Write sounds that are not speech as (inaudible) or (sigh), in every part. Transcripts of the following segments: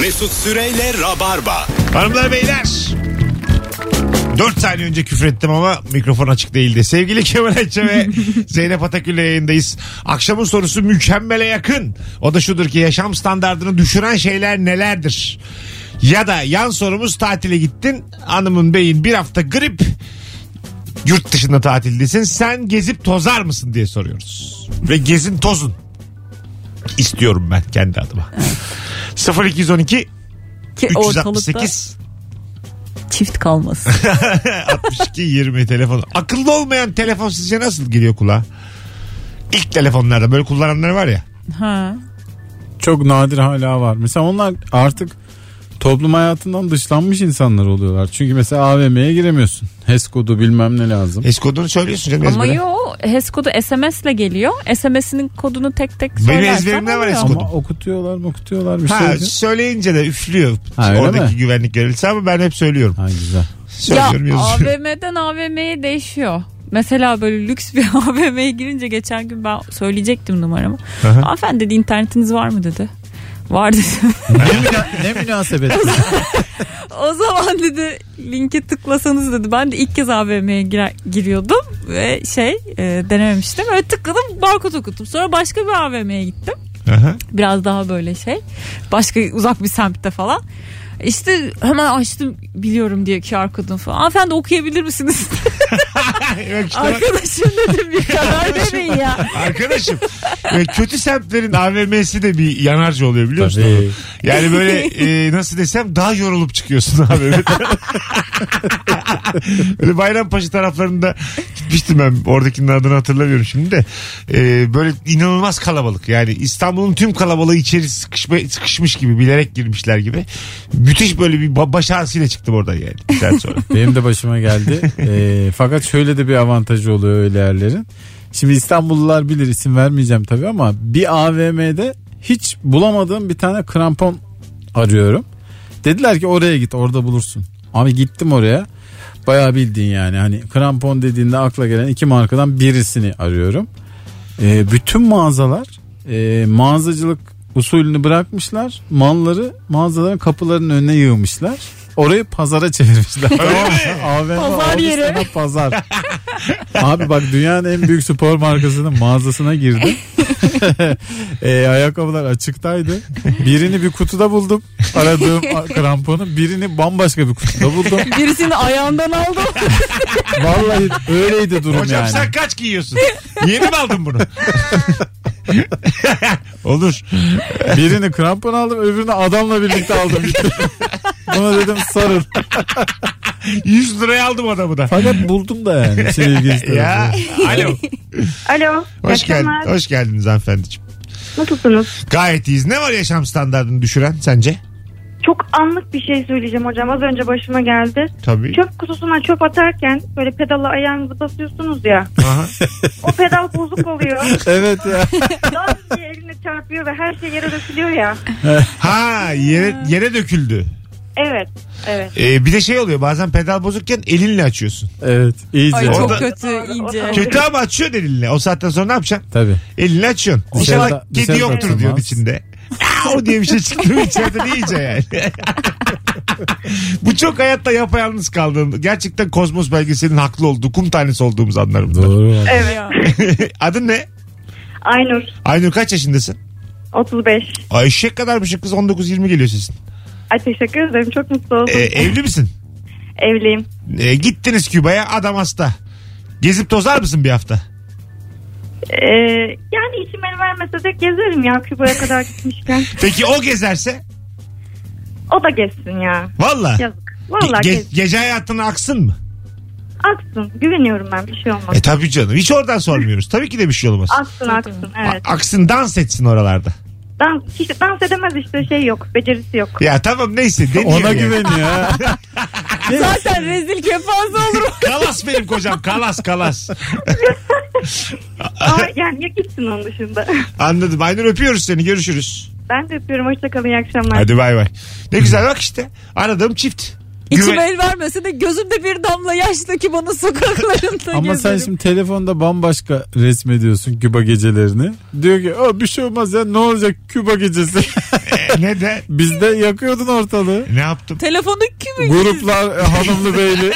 Mesut Süreyle Rabarba. Hanımlar beyler. Dört saniye önce küfür ettim ama mikrofon açık değildi. Sevgili Kemal Ayça ve Zeynep Atakül yayındayız. Akşamın sorusu mükemmele yakın. O da şudur ki yaşam standartını düşüren şeyler nelerdir? Ya da yan sorumuz tatile gittin. Hanımın beyin bir hafta grip. Yurt dışında tatildesin. Sen gezip tozar mısın diye soruyoruz. Ve gezin tozun. İstiyorum ben kendi adıma. 0212 Ki ortalıkta 368 çift kalmasın. (laughs) 62 20 telefon. Akıllı olmayan telefon sizce nasıl geliyor kulağa? İlk telefonlarda böyle kullananlar var ya. ha. Çok nadir hala var. Mesela onlar artık toplum hayatından dışlanmış insanlar oluyorlar. Çünkü mesela AVM'ye giremiyorsun. HES kodu bilmem ne lazım. HES kodunu söylüyorsun canım Ama ezbere. yo HES kodu SMS ile geliyor. SMS'inin kodunu tek tek Benim söylersen ezberimde var oluyor. HES kodu. Ama okutuyorlar mı okutuyorlar bir şey. Ha, diyor. söyleyince de üflüyor Ha, öyle oradaki mi? güvenlik görevlisi ama ben hep söylüyorum. Ha güzel. Ya Söylüyorum yazıyorum. AVM'den AVM'ye değişiyor. Mesela böyle lüks bir (laughs) AVM'ye girince geçen gün ben söyleyecektim numaramı. Aha. Hanımefendi dedi internetiniz var mı dedi. Var dedim. ne, müna- ne münasebet. (laughs) o zaman dedi linke tıklasanız dedi. Ben de ilk kez AVM'ye girer, giriyordum ve şey e, denememiştim. Öyle tıkladım barkod okuttum. Sonra başka bir AVM'ye gittim. Aha. biraz daha böyle şey başka uzak bir semtte falan işte hemen açtım biliyorum diye QR kodunu falan. Hanımefendi (laughs) okuyabilir misiniz? Yok işte bak, Arkadaşım dedim bir karar verin ya. arkadaşım. Ve kötü semtlerin AVM'si de bir yanarcı oluyor biliyor musun? Tabii. Yani böyle e, nasıl desem daha yorulup çıkıyorsun abi. (laughs) Evet. böyle Bayrampaşa taraflarında gitmiştim ben. Oradakinin adını hatırlamıyorum şimdi de. E, böyle inanılmaz kalabalık. Yani İstanbul'un tüm kalabalığı içeri sıkışma, sıkışmış gibi bilerek girmişler gibi. Müthiş böyle bir ba- baş ağrısıyla çıktım oradan yani. Bir saat sonra. Benim de başıma geldi. Ee, fakat şöyle de bir avantajı oluyor öyle yerlerin. Şimdi İstanbullular bilir isim vermeyeceğim tabii ama bir AVM'de hiç bulamadığım bir tane krampon arıyorum. Dediler ki oraya git orada bulursun. Abi gittim oraya. Bayağı bildin yani. Hani krampon dediğinde akla gelen iki markadan birisini arıyorum. Ee, bütün mağazalar e, mağazacılık usulünü bırakmışlar. Malları mağazaların kapılarının önüne yığmışlar. Orayı pazara çevirmişler. (laughs) AVM Pazar olmuş yeri. sana Pazar. Abi bak dünyanın en büyük spor markasının mağazasına girdim. (laughs) Ee, ayakkabılar açıktaydı. Birini bir kutuda buldum. Aradığım a- kramponu. Birini bambaşka bir kutuda buldum. Birisini ayağından aldım. Vallahi öyleydi (laughs) durum Hocam yani. sen kaç giyiyorsun? Yeni mi aldın (laughs) bunu? (laughs) Olur. Birini krampon aldım öbürünü adamla birlikte aldım. gitti. Buna dedim sarıl. 100 liraya aldım adamı da. Fakat buldum da yani. Şey ilginç tarafı. Ya. Alo. Alo. Hoş, iyi geldin, akşamlar. hoş geldiniz hanımefendiciğim. Nasılsınız? Gayet iyiyiz. Ne var yaşam standartını düşüren sence? Çok anlık bir şey söyleyeceğim hocam. Az önce başıma geldi. Tabii. Çöp kutusuna çöp atarken böyle pedala ayağınızı basıyorsunuz ya. Aha. O pedal bozuk oluyor. (laughs) Evet ya. Dans diye eline çarpıyor ve her şey yere dökülüyor ya. Ha yere, yere döküldü. Evet. Evet. Ee, bir de şey oluyor bazen pedal bozukken elinle açıyorsun. Evet. iyice. Ay çok Orada- kötü iyice. Kötü ama açıyorsun elinle. O saatten sonra ne yapacaksın? Tabii. Elinle açıyorsun. Dışarıda- İnşallah kedi dışarıda yoktur atılmaz. diyorsun içinde. o diye bir şey çıktı mı içeride de iyice yani. (laughs) Bu çok hayatta yapayalnız kaldığım gerçekten Kozmos belgeselinin haklı olduğu kum tanesi olduğumuz anlar bunlar. Doğru. valla. Evet. Ya. (laughs) Adın ne? Aynur. Aynur kaç yaşındasın? 35. Ay eşek kadarmışım şey kız 19-20 geliyor sesin. Ay teşekkür ederim. Çok mutlu Ee, (laughs) oldum. evli misin? Evliyim. E, gittiniz Küba'ya adam hasta. Gezip tozar mısın bir hafta? Ee, yani içim el vermese de gezerim ya Küba'ya kadar gitmişken. Peki o gezerse? O da gezsin ya. Valla. Yazık. Vallahi Ge- gezsin. gece hayatına aksın mı? Aksın. Güveniyorum ben. Bir şey olmaz. E tabii canım. Hiç oradan sormuyoruz. Tabii ki de bir şey olmaz. Aksın aksın. A- Evet. Aksın dans etsin oralarda. Dans, işte dans edemez işte şey yok. Becerisi yok. Ya tamam neyse deniyor. Ona yani. (laughs) güveniyor. ha. Zaten rezil kepaze olurum. (laughs) Kalas benim kocam kalas kalas. Ama yani ya gitsin onun dışında. (laughs) Anladım. Aynur öpüyoruz seni görüşürüz. Ben de öpüyorum. Hoşçakalın. iyi akşamlar. Hadi bay bay. Ne güzel bak işte. Aradığım çift. İçim Güven- el vermese de gözümde bir damla yaştaki bana sokaklarında Ama sen gezerim. şimdi telefonda bambaşka resmediyorsun Küba gecelerini. Diyor ki o bir şey olmaz ya ne olacak Küba gecesi. (laughs) E, ne de? Bizde yakıyordun ortalığı. Ne yaptım? (laughs) Telefonu kimi? Gruplar e, hanımlı beyli.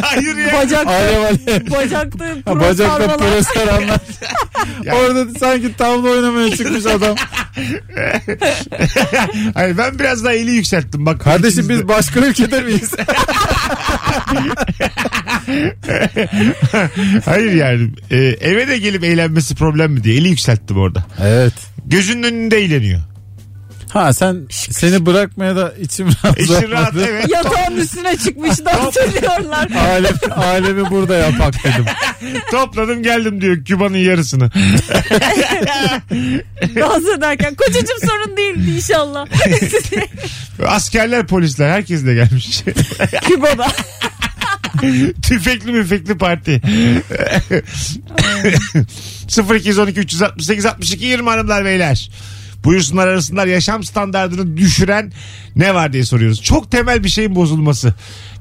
Hayır ya. Bacak, Alev alev. bacakta bacakta Ha, Bacakta (laughs) polisler anlar. Orada sanki tavla oynamaya (laughs) çıkmış adam. Hayır ben biraz daha eli yükselttim. Bak, Kardeşim ikimiz de- biz başka ülkede (laughs) miyiz? (laughs) Hayır yani. Ee, eve de gelip eğlenmesi problem mi diye eli yükselttim orada. evet. Gözünün önünde eğleniyor. Ha sen seni bırakmaya da içim rahat. İşin E, rahat evet. yatağın üstüne çıkmış dans ediyorlar. Alem, alemi burada (laughs) yapak dedim. Topladım geldim diyor Küba'nın yarısını. dans ederken kocacığım sorun değildi (laughs) inşallah. Askerler polisler herkes de gelmiş. (laughs) Küba'da. Tüfekli müfekli parti. 0212 368 62 20 hanımlar beyler. Buyursunlar arasınlar yaşam standartını düşüren ne var diye soruyoruz. Çok temel bir şeyin bozulması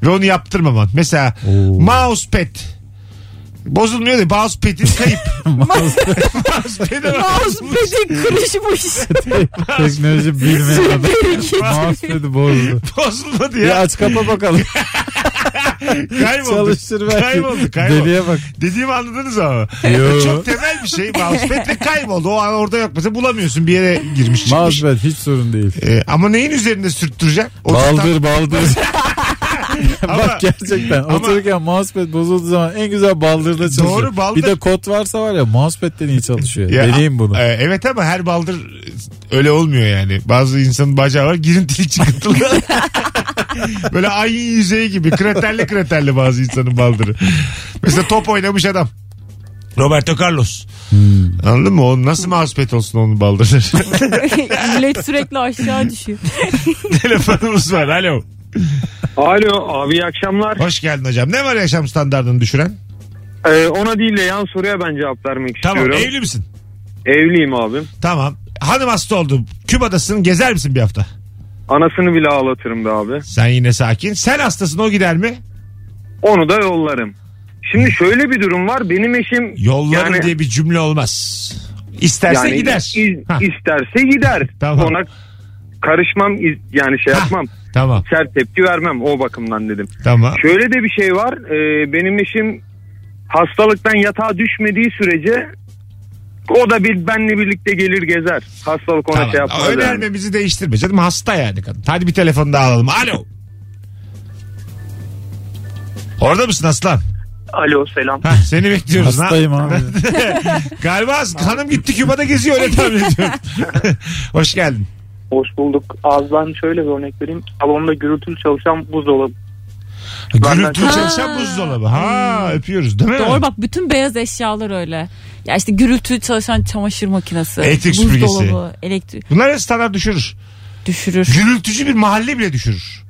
ve onu yaptırmaman. Mesela mousepad. Bozulmuyor da mousepad'in kayıp. Mousepad'e bak. (laughs) Mousepad'i kırışmış. Teknoloji bilmeyen adam. Mousepad'i bozdu. Bozulmadı Ya ya. aç kapa bakalım. kayboldu. Çalıştır belki. Kayboldu kayboldu. Deliye bak. Dediğimi anladınız ama. (laughs) Yo. Çok temel bir şey. Mousepad ve kayboldu. O an orada yok. Mesela bulamıyorsun bir yere girmiş çıkmış. Mousepad hiç sorun değil. Ee, ama neyin üzerinde sürttürecek? O tutan- Baldır baldır. Ama- Bak gerçekten ama- otururken mousepad bozulduğu zaman en güzel baldırda çalışıyor. Doğru, baldır. Bir de kod varsa var ya mousepad'den iyi çalışıyor. Ya, Deneyim bunu. e, evet ama her baldır öyle olmuyor yani. Bazı insanın bacağı var girintili çıkıntılı. (laughs) Böyle ay yüzeyi gibi kraterli kraterli bazı insanın baldırı. Mesela top oynamış adam. Roberto Carlos. Hmm. Anladın mı? O nasıl mousepad olsun onun baldırı? (laughs) Millet sürekli aşağı düşüyor. Telefonumuz var. Alo. Alo abi iyi akşamlar. Hoş geldin hocam. Ne var yaşam standartını düşüren? Ee, ona değil de yan soruya ben cevap vermek Tamam istiyorum. evli misin? Evliyim abim. Tamam. Hanım hasta oldu. Küba'dasın gezer misin bir hafta? Anasını bile ağlatırım da abi. Sen yine sakin. Sen hastasın o gider mi? Onu da yollarım. Şimdi şöyle bir durum var. Benim eşim Yollarım Yani- diye bir cümle olmaz. İsterse yani gider. iz- Hah, isterse gider. Tamam. Ona karışmam iz- yani şey Ha. yapmam. tamam Sert tepki vermem o bakımdan dedim. tamam. Şöyle de bir şey var. Ee, benim eşim hastalıktan yatağa düşmediği sürece o da bir benle birlikte gelir gezer. Hastalık ona Tamam. şey yapmaz. yani. Önermemizi değiştirme canım hasta yani kadın. Hadi bir telefon daha alalım. Alo. Orada mısın aslan? Alo selam. Hah, seni bekliyoruz. ha. Hastayım abi. Galiba hanım gitti Küba'da geziyor öyle tahmin ediyorum. Hoş geldin. Hoş bulduk. Az ben şöyle bir örnek vereyim. Salonda gürültülü çalışan buzdolabı. Gürültülü Ha. çalışan buzdolabı. Ha öpüyoruz değil mi? Doğru bak bütün beyaz eşyalar öyle. Ya işte gürültü çalışan çamaşır makinesi, Elektrik süpürgesi. buzdolabı, elektrik Bunlar hep standart düşürür. düşürür. Gürültücü bir mahalle bile düşürür.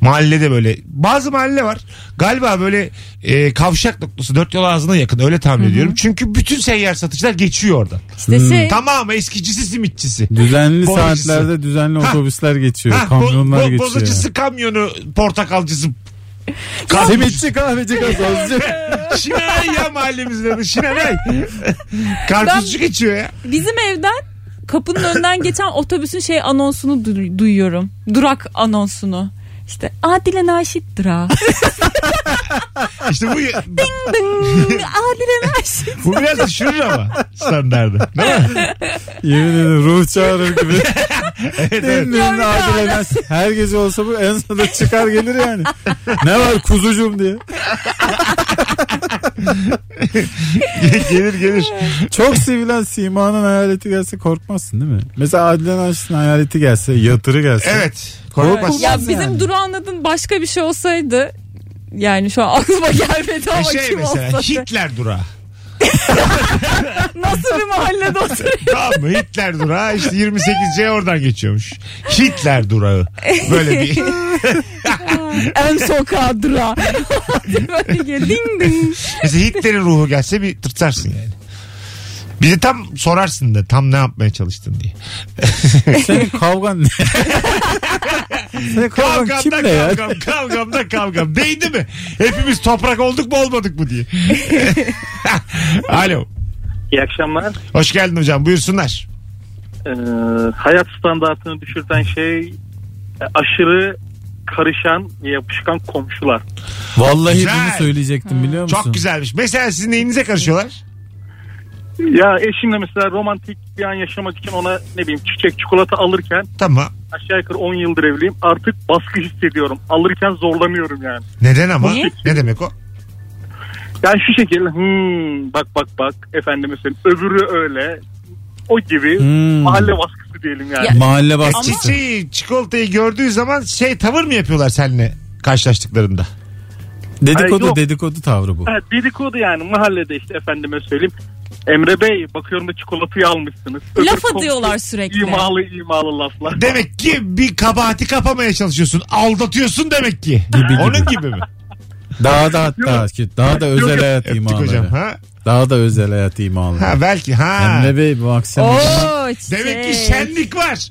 Mahallede böyle. Bazı mahalle var. Galiba böyle e, kavşak noktası dört yol ağzına yakın öyle tahmin ediyorum. Çünkü bütün seyyar satıcılar geçiyor oradan. İşte şey Tamamı eskicisi simitçisi. (laughs) Düzenli Bozacısı. saatlerde düzenli Ha. otobüsler geçiyor. Ha, bo- kamyonlar bo- geçiyor. bozacısı kamyonu portakalcısı. (laughs) Simitçi kahveci gazeteci. Şinanay ya mahallemizin adı Şinanay. Karpuzcu geçiyor ya. bizim evden kapının önünden geçen otobüsün şey anonsunu du- duyuyorum. Durak anonsunu. İşte Adile Naşit (laughs) durağı. İşte bu, Ding, (laughs) Adile Naşit. bu biraz düşürür ama standardı. Değil mi? Yemin ederim ruh çağırır gibi. (laughs) Evet, evet. Dinleyin Adil Enes. Her gece olsa bu en sonunda çıkar gelir yani. Ne var kuzucum diye. (laughs) gelir gelir. Çok sevilen Sima'nın hayaleti gelse korkmazsın değil mi? Mesela Adile Naşit'in hayaleti gelse, yatırı gelse. Evet. Korkmaz. Ya Olmaz bizim yani. durağın adın başka bir şey olsaydı yani şu an aklıma gelmedi ama Bir şey kim mesela olsa. Hitler durağı. Nasıl bir mahallede oturuyor? Tamam mı? Hitler durağı işte 28C oradan geçiyormuş. Hitler durağı. Böyle (laughs) bir en sokağa (laughs) durağı. Böyle geliyor, ding ding. mesela Hitler'in ruhu gelse bir tırtarsın yani. Bizi tam sorarsın da tam ne yapmaya çalıştın diye. Senin (laughs) kavgan ne? Senin kavgan Kavgamda kimle ya? kavgam, kavgamda kavgam. Değdi mi? Hepimiz toprak olduk mu olmadık mı diye. (laughs) Alo. İyi akşamlar. Hoş geldin hocam. Buyursunlar. Ee, hayat standartını düşürten şey e, aşırı karışan ve yapışkan komşular. Vallahi Güzel. bunu Hmm. söyleyecektim biliyor musun? Çok güzelmiş. Mesela sizin neyinize karışıyorlar? Ya eşimle mesela romantik bir an yaşamak için ona ne bileyim çiçek çikolata alırken Tamam. aşağı yukarı 10 yıldır evliyim artık baskı hissediyorum. Alırken zorlanıyorum yani. Neden ama? Niye? Ne demek o? Yani şu şekilde hmm, bak bak bak efendim mesela öbürü öyle o gibi Hmm. mahalle baskısı diyelim yani. Ya- şey- Mahalle E, baskısı. Çiçeği, çikolatayı gördüğü zaman şey tavır mı yapıyorlar seninle karşılaştıklarında? Dedikodu Ay, yok. dedikodu (laughs) tavrı bu. Evet dedikodu yani mahallede işte efendime söyleyeyim. Emre Bey bakıyorum da çikolatayı almışsınız. Laf komşu atıyorlar sürekli. İmalı imalı laflar. Demek ki bir kabahati kapamaya çalışıyorsun. Aldatıyorsun demek ki. Gibi gibi. Onun gibi (laughs) mi? Daha da hatta ki daha da özel hayat Öptük hocam. imaları. Ha? Daha da özel hayat imaları. ha belki ha. Emre Bey bu akşam (laughs) Oo, çiçek. Demek ki şenlik var.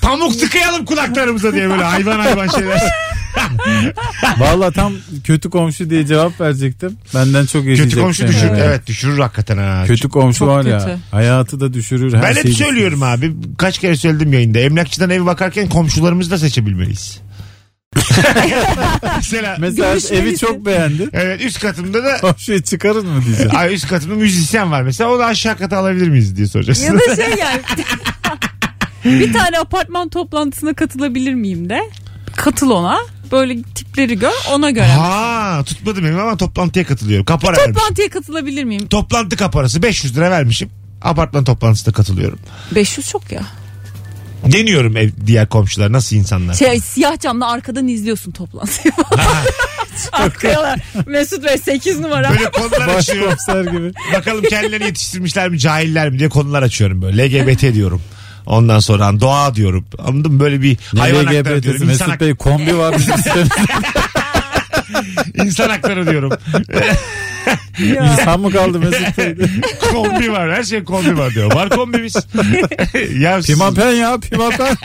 Pamuk tıkayalım kulaklarımıza diye böyle hayvan hayvan (laughs) şeyler. Valla tam kötü komşu diye cevap verecektim. Benden çok yaşayacaktım. Kötü komşu düşürür. yani. Evet. düşürür hakikaten ha. Kötü komşu Çok var ya. kötü. Hayatı da düşürür. Her ben hep şeyi söylüyorum düşürür. abi. Kaç kere söyledim yayında. Emlakçıdan ev bakarken komşularımızı da (laughs) seçebilmeliyiz. Mesela Mesela Görüşmelisin. evi çok beğendi. evet, üst katımda da Komşuyu çıkarın mı diyeceğim. Ay üst katımda müzisyen var mesela onu aşağı kata alabilir miyiz diye soracağız. Ya da şey yani. bir tane apartman toplantısına katılabilir miyim de. Katıl ona. Böyle tipleri gör ona göre. ha tutmadım benim ama toplantıya katılıyorum. Kapara vermişim. Toplantıya katılabilir miyim? Toplantı kaparası 500 lira vermişim. Apartman toplantısına katılıyorum. 500 çok ya. Deniyorum ev, diğer komşular nasıl insanlar. Şey, siyah camla arkadan izliyorsun toplantıyı. Arkaya Mesut Bey 8 numara. Böyle konular açıyorum. Başkomiser gibi. Bakalım kendilerini yetiştirmişler mi cahiller mi diye konular açıyorum böyle. LGBT diyorum. Ondan sonra doğa diyorum. Anladın mı? Böyle bir Ne hayvan hakları LGBT'si? diyorum. İnsan, Mesut Bey kombi (laughs) var bizim sitemizde. hak- insan hakları (laughs) diyorum. İnsan mı (laughs) kaldı Mesut Bey? kombi var. Her şey kombi var diyor. Var (laughs) kombimiz. ya siz- Pimapen ya (laughs) pimapen.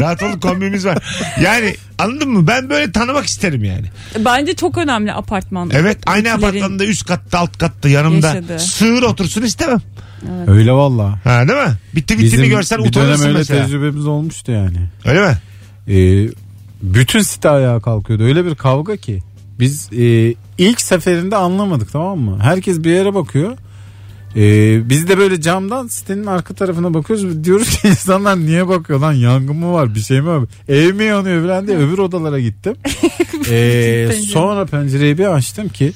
Rahat olun kombimiz var. Yani anladın mı? Ben böyle tanımak isterim yani. Bence çok önemli apartman. Evet aynı Türklerin- apartmanda üst katta alt katta yanımda Yaşadığı. sığır otursun istemem. Öyle valla. Ha değil mi? Bitti bittiğini görsen bir dönem utanırsın öyle mesela. tecrübemiz olmuştu yani. Öyle mi? Ee, bütün site ayağa kalkıyordu. Öyle bir kavga ki. Biz e, ilk seferinde anlamadık tamam mı? Herkes bir yere bakıyor. Ee, biz de böyle camdan sitenin arka tarafına bakıyoruz. Diyoruz ki insanlar niye bakıyor lan yangın mı var bir şey mi var? Ev mi yanıyor falan diye öbür odalara gittim. Ee, sonra pencereyi bir açtım ki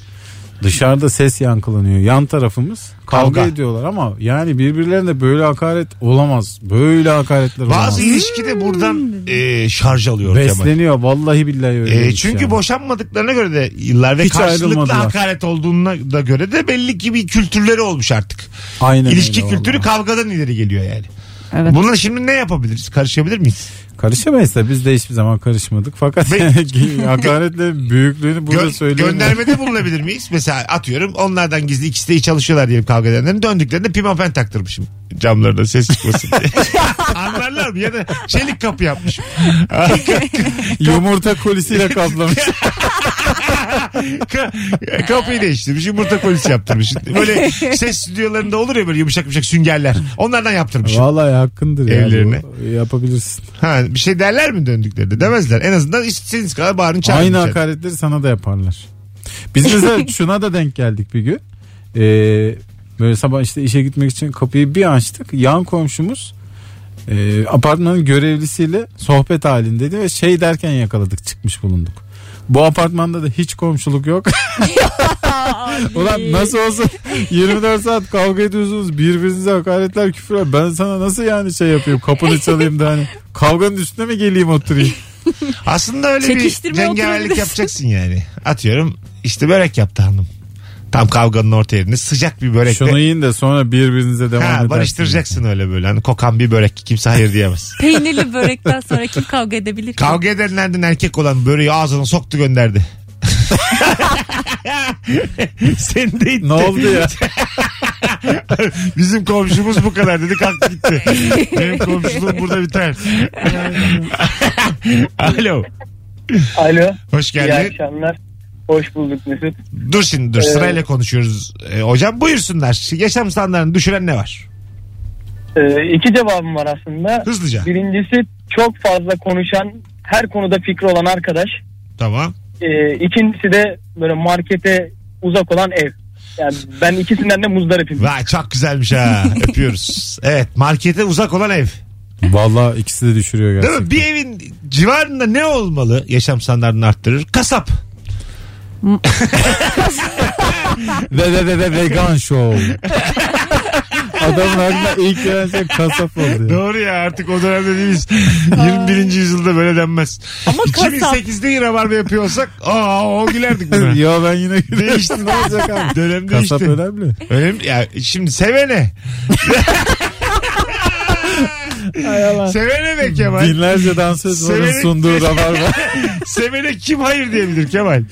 dışarıda ses yankılanıyor. Yan tarafımız kavga, Kavga. ediyorlar ama yani birbirlerine böyle hakaret olamaz. Böyle hakaretler olamaz. Bazı ilişkide buradan e, şarj alıyor Kemal. Besleniyor vallahi billahi öyle. E, demiş çünkü yani. boşanmadıklarına göre de yıllar ve Hiç karşılıklı ayrılmadılar. hakaret olduğuna da göre de belli ki bir kültürleri olmuş artık. Aynen İlişki öyle kültürü vallahi. kavgadan ileri geliyor yani. Evet. Buna şimdi ne yapabiliriz? Karışabilir miyiz? karışamayız da biz de hiçbir zaman karışmadık. Fakat (laughs) Ve- hakaretle büyüklüğünü burada Gö- söyleyemiyorum. göndermede bulunabilir miyiz? Mesela atıyorum onlardan gizli ikisi de iyi çalışıyorlar diyelim kavga edenlerin. Döndüklerinde pimapen taktırmışım camlarına ses çıkmasın diye. Anlarlar mı? Ya da çelik kapı yapmışım. Yumurta (laughs) kolisiyle kaplamış. Ka- Kapıyı değiştirmiş, yumurta kolisi yaptırmış. Böyle ses stüdyolarında olur ya böyle yumuşak yumuşak süngerler. Onlardan yaptırmış. Vallahi hakkındır ya. Evlerine. bu. Yapabilirsin. Ha, bir şey derler mi döndüklerinde? Demezler. En azından istediğiniz kadar bağırın çağırın. Aynı içeride. hakaretleri sana da yaparlar. Biz mesela şuna da denk geldik bir gün. Ee, böyle sabah işte işe gitmek için kapıyı bir açtık. Yan komşumuz e, apartmanın görevlisiyle sohbet halindeydi ve şey derken yakaladık çıkmış bulunduk. Bu apartmanda da hiç komşuluk yok. Ulan nasıl olsun 24 saat kavga ediyorsunuz birbirinize hakaretler küfürler. Ben sana nasıl yani şey yapayım kapını çalayım da hani kavganın üstüne mi geleyim oturayım? Aslında öyle bir Çekiştirme cengaverlik oturabilirsin. yapacaksın yani. Atıyorum işte börek yaptı hanım. Tam kavganın orta yerinde sıcak bir börekle. Şunu yiyin de sonra birbirinize devam Ha, edersiniz. barıştıracaksın öyle böyle. Hani kokan bir börek kimse hayır (laughs) diyemez. Peynirli börekten sonra kim kavga edebilir ki? (laughs) Kavga edenlerden erkek olan böreği ağzına soktu gönderdi. Seni de itti. Ne oldu (laughs) ya? Bizim komşumuz bu kadar dedi kalktı gitti. Benim komşuluğum burada biter. (laughs) Alo. Alo. Hoş iyi geldin. akşamlar. Hoş bulduk Mesut. Dur şimdi dur sırayla konuşuyoruz. Ee, hocam buyursunlar. Yaşam standartını düşüren ne var? Ee, iki cevabım var aslında. Hızlıca. Birincisi çok fazla konuşan, her konuda fikri olan arkadaş. Tamam. Ee, ikincisi de böyle markete uzak olan ev. Yani ben ikisinden de muzdaripim. Vay çok güzelmiş ha. Öpüyoruz. Evet markete uzak olan ev. Valla ikisi de düşürüyor Değil mi? gerçekten. Bir evin civarında ne olmalı yaşam standartını arttırır? Kasap. Ve ve ve ve vegan show. Adamın aklına ilk gelen şey kasap oldu. ya. Doğru ya artık o dönemde (laughs) değiliz. 21. yüzyılda böyle denmez. Ama kasap. 2008'de yine var mı yapıyorsak aa o gülerdik buna. (laughs) ya ben yine Değişti ne olacak abi? Dönem değişti. Kasap önemli. Önemli. Ya şimdi (laughs) sevene. sevene be Kemal. Binlerce dansöz varın Severek- sunduğu rabarba. (laughs) sevene kim hayır diyebilir Kemal?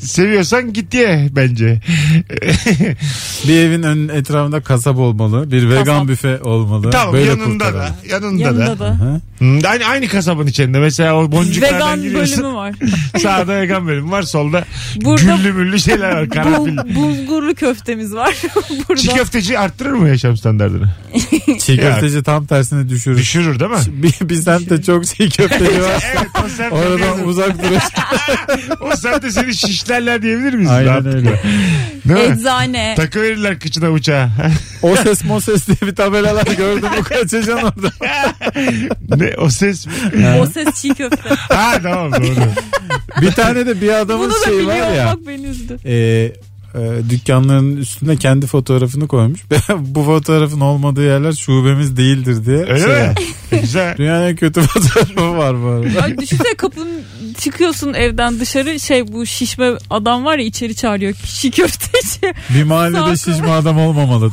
Seviyorsan git diye bence. (laughs) bir evin ön etrafında kasap olmalı. Bir vegan Kasap. büfe olmalı. tamam Böyle yanında da, kurtaralım. yanında da. Yanında da. Hı. Hmm, aynı, aynı kasabın içinde mesela o boncuklardan Vegan giriyorsun. bölümü var. (laughs) Sağda vegan bölüm var solda Burada- güllü müllü şeyler var karanfil. Bul- bulgurlu köftemiz var. (laughs) Burada. Çiğ köfteci arttırır mı yaşam standartını? Çiğ köfteci tam tersine düşürür. Düşürür değil mi? Bi- Bizden de çok çiğ (laughs) köfteci var. evet o semtte, Oradan diyelim. uzak durur. o semtte seni şişlerler diyebilir miyiz? Aynen Rahat. öyle. Değil mi? Eczane. Takı verirler kıçına bıçağı. O ses mo ses diye bir tabelalar gördüm. Bu kaçacaksın orada. (laughs) ne o ses mi? O ses (laughs) çiğ köfte. ha tamam doğru. Bir tane de bir adamın Bunu da şeyi biliyor var ya. olmak beni üzdü. E, e, dükkanların üstüne kendi fotoğrafını koymuş. (laughs) Bu fotoğrafın olmadığı yerler şubemiz değildir diye. Öyle (laughs) şey mi? E, yap- Güzel. Dünyanın en kötü (laughs) fotoğrafı var bu arada. Ay düşünsene kapının çıkıyorsun evden dışarı şey bu şişme adam var ya içeri çağırıyor çiğ köfteci. Bir mahallede Sağ- şişme adam olmamalı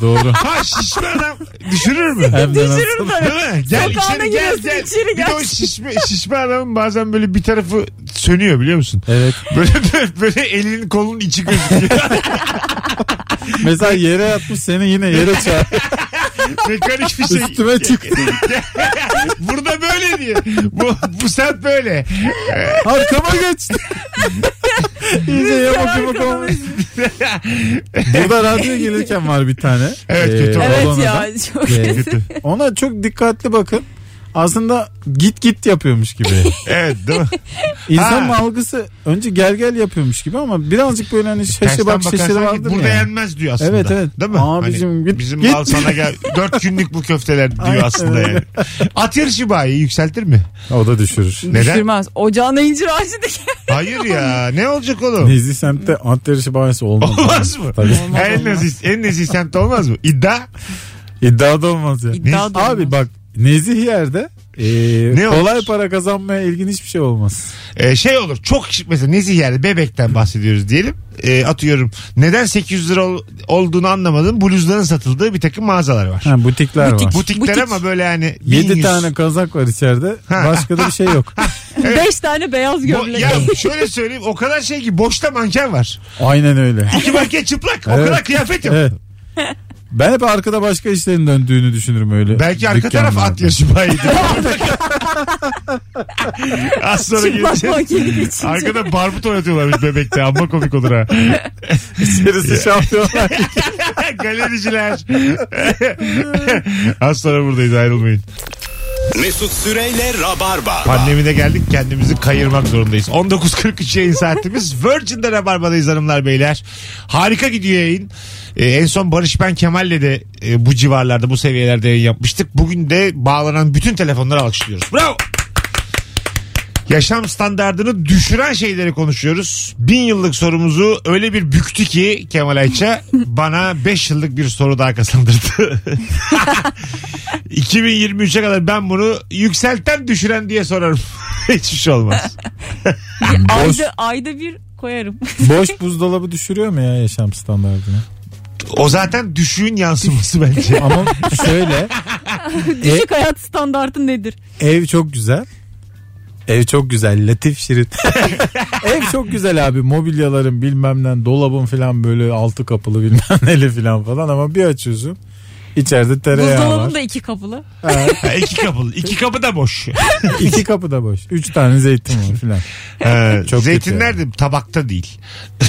(laughs) doğru. Ha şişme adam düşürür mü? Hem de nasıl- Düşürür tabii. Değil mi? Gel Sokağına içeri gel giriyorsun, gel. içeri bir de o gel. şişme, şişme adamın bazen böyle bir tarafı sönüyor biliyor musun? Evet. Böyle böyle elinin kolunun içi (laughs) gözüküyor. Mesela yere yatmış seni yine yere çağır. Mekanik bir şey. Üstüme çıktı. (laughs) Burada böyle diye. Bu, bu sert böyle. Arkama (laughs) geçti. İyice yamuk yumuk olmuş. Burada radyo gelirken var bir tane. E, Evet, kötü oldu. Evet balon adam. ya çok Ee, ona çok dikkatli bakın. Aslında git git yapıyormuş (laughs) gibi. Evet değil mi? İnsan Ha. algısı önce gel gel yapıyormuş gibi ama birazcık böyle hani şaşı Tersten bak şaşı bakarsan vardır git, burada ya. yenmez diyor aslında. Evet, evet. Değil mi? Hani Abicim git, Bizim git. al sana (laughs) gel. Dört günlük bu köfteler diyor Aynen aslında yani. öyle. At yarışı bayi yükseltir mi? O da düşürür. Neden? Düşürmez. Ocağına incir ağacı diker. Hayır ya. Ne olacak oğlum? (laughs) Nezih semtte at yarışı bahanesi olmaz. Olmaz mı? (laughs) Tabii. en nezih, en nezih semt olmaz mı? İddia. İddia da olmaz ya. İddia da olmaz. Abi bak nezih yerde e, Ne olur? kolay para kazanmaya ilgin hiçbir şey olmaz. Ee, şey olur çok mesela nezih yani bebekten bahsediyoruz diyelim. Ee, atıyorum neden 800 lira ol- olduğunu anlamadığım bluzların satıldığı bir takım mağazalar var. Ha, butikler var. Butikler Butik. ama böyle hani 7 1100. tane kazak var içeride. Başka da bir şey (laughs) yok. Beş tane beyaz Bo- gömlek. ya şöyle söyleyeyim o kadar şey ki boşta manken var. Aynen öyle. İki manken çıplak o Evet. kadar kıyafet yok. Evet. (laughs) Ben hep arkada başka işlerin döndüğünü düşünürüm öyle. Belki arka taraf dükkanlarda. at yaşı bayıydı. Az (laughs) sonra Çıplak geleceğiz. makyeli geçince. Arkada barbut oynatıyorlarmış bebekte. Amma komik olur ha. (laughs) İçerisi şampiyonlar. Galericiler. Az sonra buradayız ayrılmayın. Mesut Süreyle Rabarba. Pandemide geldik kendimizi kayırmak zorundayız. 19.43 yayın saatimiz. Virgin'de Rabarba'dayız hanımlar beyler. Harika gidiyor yayın. Ee, en son Barış Ben Kemal'le de e, bu civarlarda bu seviyelerde yayın yapmıştık. Bugün de bağlanan bütün telefonları alkışlıyoruz. Bravo. Yaşam standartını düşüren şeyleri konuşuyoruz. Bin yıllık sorumuzu öyle bir büktü ki Kemal Ayça bana 5 yıllık bir soru daha kazandırdı. 2023'e kadar ben bunu yükselten düşüren diye sorarım. (laughs) Hiçbir şey olmaz. Boş, Ayda, ayda bir koyarım. (laughs) boş buzdolabı düşürüyor mu ya yaşam standartını? O zaten düşüğün yansıması (laughs) bence. Ama şöyle E? Düşük hayat standartı nedir? ev çok güzel. Ev çok güzel latif şirin. (laughs) Ev çok güzel abi mobilyaların bilmem ne dolabın falan böyle altı kapılı bilmem (laughs) neli falan falan ama bir açıyorsun içeride tereyağı var. Buzdolabım da iki kapılı. Ha, iki kapı. iki kapı da boş. İki kapı da boş. Üç tane zeytin var filan. (laughs) Ee, Çok zeytinler de tabakta değil. (laughs)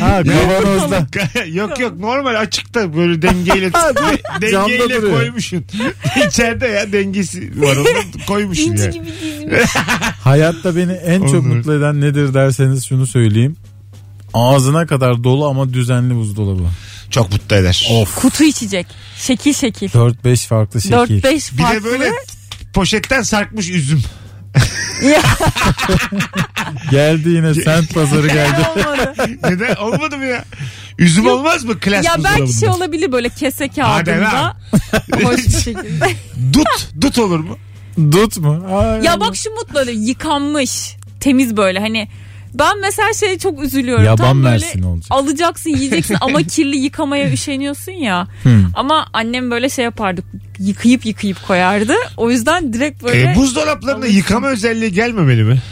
Ha kavanozda. yok yok normal açıkta böyle (laughs) dengeyle Camda dengeyle duruyor. koymuşsun. (laughs) İçeride ya dengesi var onun koymuşsun İnci ya. gibi değilim. Hayatta beni en çok Olur. mutlu eden nedir derseniz şunu söyleyeyim. Ağzına kadar dolu ama düzenli buzdolabı. Çok mutlu eder. Kutu içecek. Şekil şekil. 4-5 farklı şekil. 4-5 Bir farklı. de böyle (laughs) poşetten sarkmış üzüm. (laughs) (laughs) Geldi yine sent pazarı geldi. Olmadı. Neden? Olmadı mı ya? Üzüm olmaz mı klas ya belki şey buzdolabında? olabilir böyle kese Hadi kağıdında. Hoş bir şekilde. (laughs) Dut. Dut olur mu? Dut mu? Ay. Hmm. ya bak şu mutlu öyle yıkanmış. Temiz böyle hani. Ben mesela şeye çok üzülüyorum. Yaban Tam böyle Mersin olacak. Alacaksın (laughs) yiyeceksin ama kirli yıkamaya üşeniyorsun ya. Hmm. Ama annem böyle şey yapardı. Yıkayıp yıkayıp koyardı. O yüzden direkt böyle E, buzdolaplarında yıkama özelliği gelmemeli mi?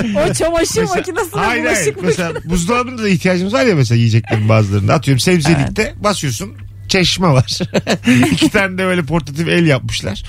o çamaşır Mesela- makinesine Hayır hayır. bulaşık (laughs) mı? Mesela buzdolabında da ihtiyacımız var ya mesela yiyeceklerin bazılarında. Atıyorum sebzelikte basıyorsun çeşme var. (laughs) İki tane de böyle portatif el yapmışlar.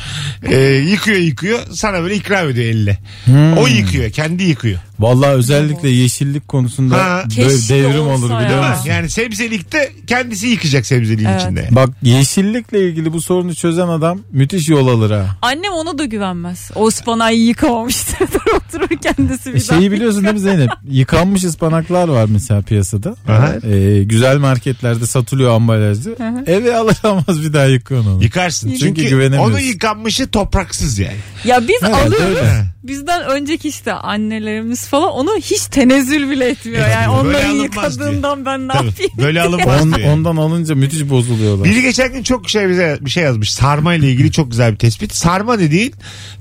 E, yıkıyor yıkıyor sana böyle ikram ediyor elle. O Hmm. yıkıyor kendi yıkıyor. Hmm. Vallahi özellikle yeşillik Ha. konusunda böyle Keşke devrim olsa olur ya. biliyor Değil mi? musun? Yani sebzelikte kendisi yıkacak sebzeliğin Evet. içinde. Bak yeşillikle ilgili bu sorunu çözen adam müthiş yol alır ha. Annem ona da güvenmez. O ıspanayı (laughs) yıkamamıştır. Durup durur E kendisi bir Şeyi biliyorsun değil (laughs) mi Zeynep? Yıkanmış ıspanaklar var mesela piyasada. Aha. Ee, güzel marketlerde satılıyor ambalajlı. Eve alır almaz bir daha yıkıyorsun onu. Yıkarsın. Çünkü Çünkü, güvenemiyorsun. onun yıkanmışı topraksız yani. Ya biz Herhalde alıyoruz. öyle. Bizden önceki işte annelerimiz falan onu hiç tenezzül bile etmiyor. E, Yani tabii, böyle onların alınmaz yıkadığından ben ne Tabii. yapayım? Böyle (laughs) alınmaz On- diye. ondan alınca müthiş bozuluyorlar. Biri geçen gün çok şey bize bir şey yazmış. Sarma ile ilgili çok güzel bir tespit. Sarma dediğin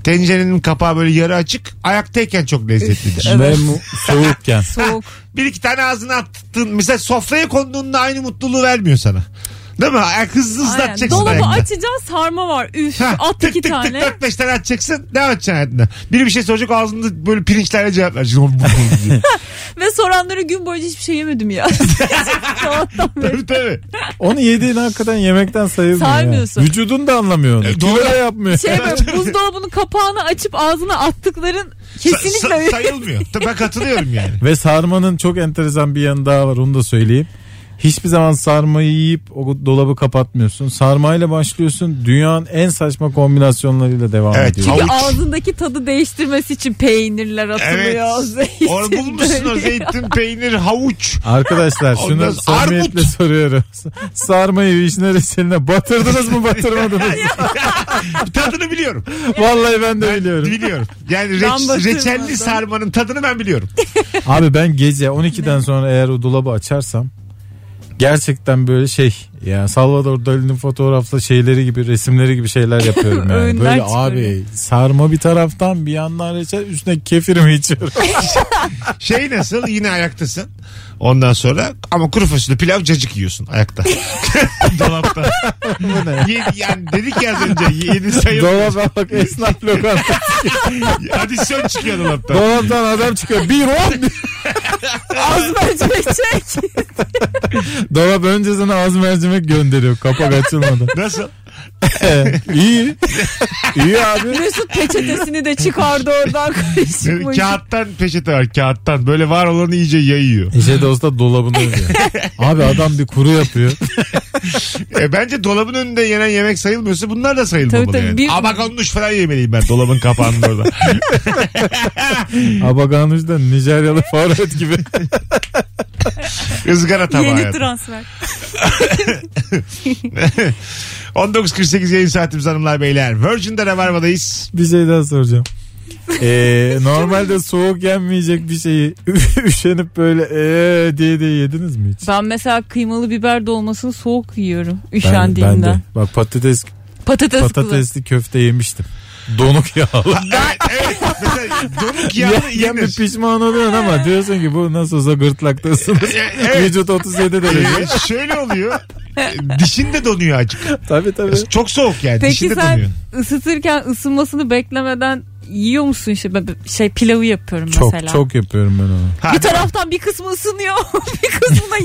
tencerenin kapağı böyle yarı açık. Ayaktayken çok lezzetlidir. Ve mu- soğukken. Soğuk. bir iki tane ağzına attın. Mesela sofraya konduğunda aynı mutluluğu vermiyor sana. Değil mi? Ayak hızlı Aynen. ıslatacaksın. Dolabı ayakta. açacağız sarma var. Üf Ha, at iki tık tık tık tane. dört beş tane atacaksın. Ne atacaksın hayatında? Biri bir şey soracak ağzında böyle pirinçlerle cevap vereceksin. Ve soranlara gün boyunca hiçbir şey yemedim ya. (laughs) Sabahtan beri. tabii tabii. Onu yediğin hakikaten yemekten sayılmıyor. ya. Saymıyorsun. Vücudun da anlamıyor onu. E, Kilo doğru. da yapmıyor. (laughs) Şey böyle buzdolabının kapağını açıp ağzına attıkların Sa- kesinlikle sa- sayılmıyor. Tabii ben katılıyorum yani. (laughs) Ve sarmanın çok enteresan bir yanı daha var onu da söyleyeyim. Hiçbir zaman sarmayı yiyip o dolabı kapatmıyorsun. Sarmayla başlıyorsun. Dünyanın en saçma kombinasyonlarıyla devam Evet, ediyor. havuç. Çünkü ağzındaki tadı değiştirmesi için peynirler atılıyor. zeytin Or bulmuşsun o dönüyor. zeytin, peynir, havuç. Arkadaşlar Ondan- şunu samimiyetle Armut. soruyorum. (laughs) Sarmayı vişne reçeline batırdınız mı batırmadınız mı? Tadını biliyorum. Vallahi ben de biliyorum. Biliyorum. (laughs) Yani Ben reç- batırmadım. reçelli sarmanın tadını ben (laughs) biliyorum. Abi ben gece 12'den sonra eğer o dolabı açarsam gerçekten böyle şey ya Salvador Dali'nin fotoğrafla şeyleri gibi resimleri gibi şeyler yapıyorum yani. Öğünler böyle çıkarıyor. abi sarma bir taraftan bir yandan reçel üstüne kefir mi içiyorum? Şey nasıl yine ayaktasın. Ondan sonra ama kuru fasulye pilav cacık yiyorsun (laughs) ayakta. Dolapta. Ye- yani dedik ya az önce yedi sayı Dolaba bak esnaf lokanta. adisyon çıkıyor dolapta. (laughs) Dolaptan adam çıkıyor. Bir on. bir- Az mercimek çek. (laughs) Dolap öncesine az mercimek gönderiyor. Kapak açılmadan. Nasıl? İyi. İyi abi. Mesut peçetesini de çıkardı oradan karışık mıydı? Kağıttan peçete var kağıttan. Böyle var olanı iyice yayıyor. Eşe dosta dolabını övüyor. Abi adam bir kuru yapıyor. E, bence dolabın önünde yenen yemek sayılmıyorsa bunlar da sayılmamalı Tabii, tabii. yani. Bir- Abakonduş falan yemeliyim ben dolabın kapağının (laughs) orada. Abaganuş da Nijeryalı forvet gibi. Izgara tabağı. Yeni hayatım. transfer. 19.48 yayın saatimiz hanımlar beyler. Virgin'de Rabarba'dayız. bir şey (laughs) daha soracağım. Ee, normalde soğuk yenmeyecek bir şeyi (laughs) üşenip böyle ee diye diye yediniz mi hiç? Ben mesela kıymalı biber dolmasını soğuk yiyorum Ben- ben üşendiğimden. de. Bak patates Patates, kılı. patatesli köfte yemiştim. Donuk yağlı. (laughs) evet, evet. Mesela (laughs) donuk yağlı Yerken bir yenir. pişman oluyorsun (laughs) ama diyorsun ki bu nasıl olsa gırtlaktasınız. Ee. evet. Vücut 37 derece. Ee, E, şöyle oluyor. Dişin de donuyor acık. Tabii tabii. Çok soğuk yani. Peki Dişin de sen donuyor. ısıtırken ısınmasını beklemeden yiyor musun işte Ben- ben- şey pilavı yapıyorum Çok mesela. çok yapıyorum ben onu. Ha, Bir taraftan bir kısmı ısınıyor, (laughs) bir kısmına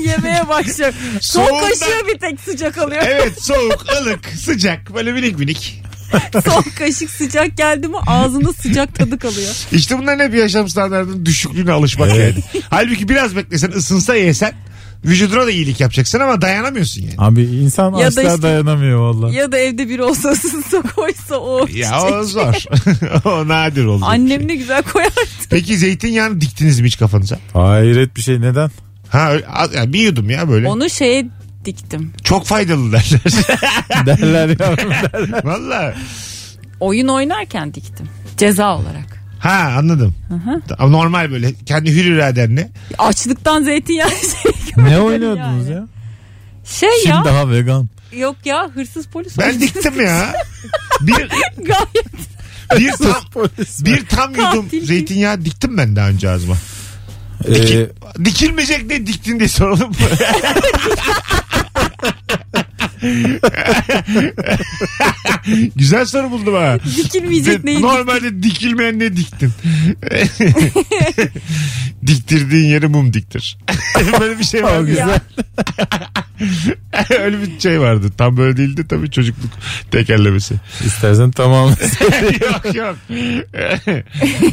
(laughs) yemeye başlıyor. Son Soğuğundan- kaşığı bir tek sıcak alıyor. (laughs) Evet soğuk, ılık, sıcak böyle minik minik. Son kaşık sıcak geldi mi ağzında sıcak (laughs) tadı kalıyor. İşte bunların hep yaşam standartının düşüklüğüne alışmak yani. Halbuki biraz beklesen ısınsa yesen vücuduna da iyilik yapacaksın ama dayanamıyorsun (laughs) yani. Abi insan Ya da asla işte- dayanamıyor valla. Ya da evde biri olsa ısınsa koysa o. (laughs) Ya şey. o zor. (laughs) o nadir oldu. Annem ne güzel koyar. Peki zeytinyağını diktiniz mi hiç kafanıza? Hayret bir (laughs) şey neden? Ha öyle- az- yani bir yudum ya böyle. Onu şeye diktim. Çok faydalı derler. (laughs) (laughs) Derler yavrum. Valla. Oyun oynarken diktim. Ceza olarak. Ha anladım. Tamam, Normal böyle kendi hür iradenle. Açlıktan zeytinyağı (laughs) şey. ne oynuyordunuz ya? Şey Kim ya daha vegan? yok ya hırsız polis. Ben oyunu. diktim ya. Bir, (laughs) Gayet bir tam Polis. bir tam Katil. yudum zeytinyağı diktim ben daha önce ağzıma. Ee, Dikilmeyecek ne diktin diye soralım mı? (laughs) Güzel soru buldum ha. dikilmeyecek neyin. Normalde dikilmeyen ne (laughs) diktin? Diktirdiğin yeri mum (laughs) diktir. Böyle bir şey o vardı. güzel. (laughs) Öyle bir şey vardı. Tam böyle değildi tabii çocukluk (laughs) tekerlemesi. İstersen tamam. yok yok. (laughs)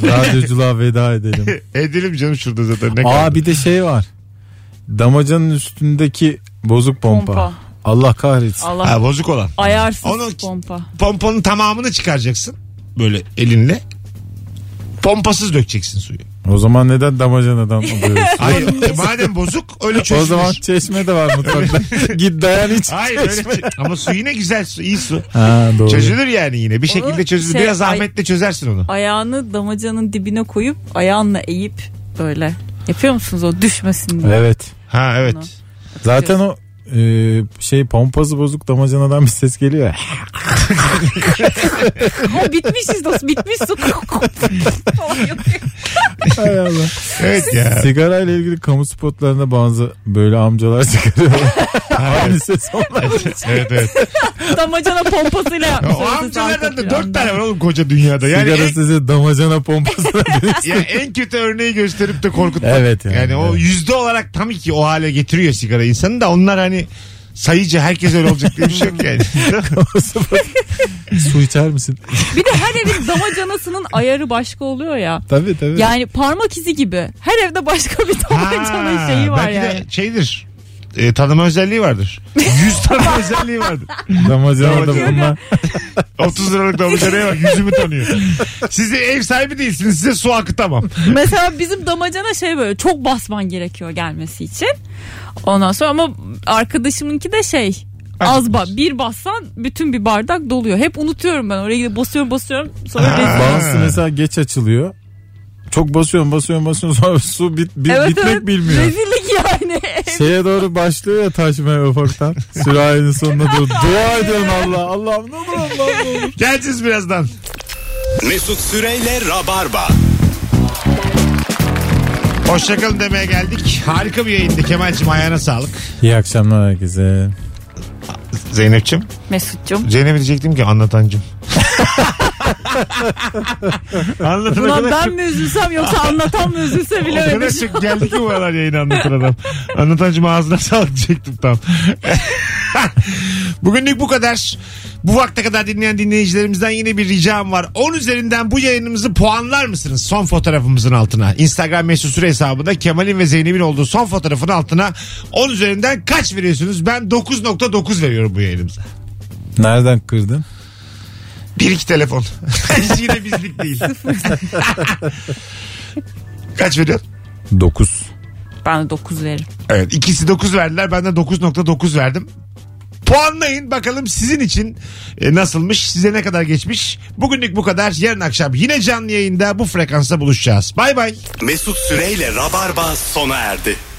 Radyoculuğa veda edelim. Edelim canım şurada zaten. Ne Aa kaldı? bir de şey var. Damacanın üstündeki bozuk pompa. Pompa. Allah kahretsin. Allah Ha, bozuk olan. ayarsız Onu- pompa. pompanın tamamını çıkaracaksın böyle elinle. Pompasız dökeceksin suyu. O zaman neden damacanadan alıyoruz? (laughs) Hayır e, madem bozuk öyle çözülür. o zaman (laughs) çeşme de var mutfakta. Git dayan iç. Hayır öyle ama su yine güzel su iyi su. Ha, doğru. Çözülür yani yine bir şekilde Onu çözülür. şey- Biraz ay- zahmetle çözersin onu. Ayağını damacanın dibine koyup ayağınla eğip böyle yapıyor musunuz o düşmesin diye. Evet. Ha evet. Onu. Zaten o e, şey pompası bozuk damacanadan bir ses geliyor ya. Ha, bitmişiz dost bitmiş su. Falan yapıyor. Hay Allah. Evet ya. (laughs) Sigara ile ilgili kamu spotlarında bazı böyle amcalar (laughs) çıkarıyorlar. Aynı ses onlar. evet evet. Damacana pompasıyla Ya, yapmış. o orası amcalardan sarkıtıyor. da dört tane var oğlum koca dünyada. Yani Sigara en, size damacana pompasına ya en kötü örneği gösterip de korkutmak. Evet yani. yani, o evet. yüzde olarak tam ki o hale getiriyor sigara insanı da onlar hani sayıcı herkes öyle olacak diye bir şey yok (laughs) yani. (laughs) Su içer misin? Bir de her evin damacanasının ayarı başka oluyor ya. Tabii tabii. Yani parmak izi gibi. Her evde başka bir damacana Ha, şeyi var belki yani. de şeydir. E, tanıma özelliği (laughs) vardır. 100 tanıma özelliği vardır. Damacana da Damacana. bunlar. 30 liralık damacanaya bak yüzümü tanıyor. Siz de ev sahibi değilsiniz size su akıtamam. Mesela bizim damacana şey böyle çok basman gerekiyor gelmesi için. Ondan sonra ama arkadaşımınki de şey az ba bir bassan bütün bir bardak doluyor. Hep unutuyorum ben oraya gidip basıyorum basıyorum sonra rezil. Bazısı mesela geç açılıyor. Çok basıyorum basıyorum basıyorum sonra su bit, bit- Evet bitmek evet bilmiyor. rezillik (laughs) yani. Şeye doğru başlıyor ya taşmaya ufaktan. Sürahinin (laughs) sonuna doğru. Dua ediyorum Allah. Allah'ım ne olur Allah'ım ne olur. Geleceğiz birazdan. Mesut Süreyle Rabarba. Hoşçakalın demeye geldik. Harika bir yayındı Kemal'cim ayağına sağlık. İyi akşamlar herkese. Zeynep'cim. Mesut'cum Zeynep diyecektim ki (laughs) anlatancım. Anlatana buna kadar ben çok, mi üzülsem yoksa anlatan mı üzülse o kadar bilemedim. çok geldi ki bu aralar yayını anlatan adam. Anlatancım ağzına (laughs) sağlık diyecektim tam. Bugünlük bu kadar. Bu vakte kadar dinleyen dinleyicilerimizden yine bir ricam var. 10 üzerinden bu yayınımızı puanlar mısınız? Son fotoğrafımızın altına. Instagram mesut süre hesabında Kemal'in ve Zeynep'in olduğu son fotoğrafın altına 10 üzerinden kaç veriyorsunuz? Ben 9.9 veriyorum bu yayınımıza. Nereden kırdın? Bir iki (laughs) telefon. Yine bizlik değil. (laughs) Kaç veriyor? 9. Ben de 9 veririm. Evet ikisi 9 verdiler. Ben de 9.9 verdim. Puanlayın bakalım sizin için e, nasılmış, size ne kadar geçmiş. Bugünlük bu kadar. Yarın akşam yine canlı yayında bu frekansta buluşacağız. Bay bay. Mesut Süreyle Rabarba sona erdi.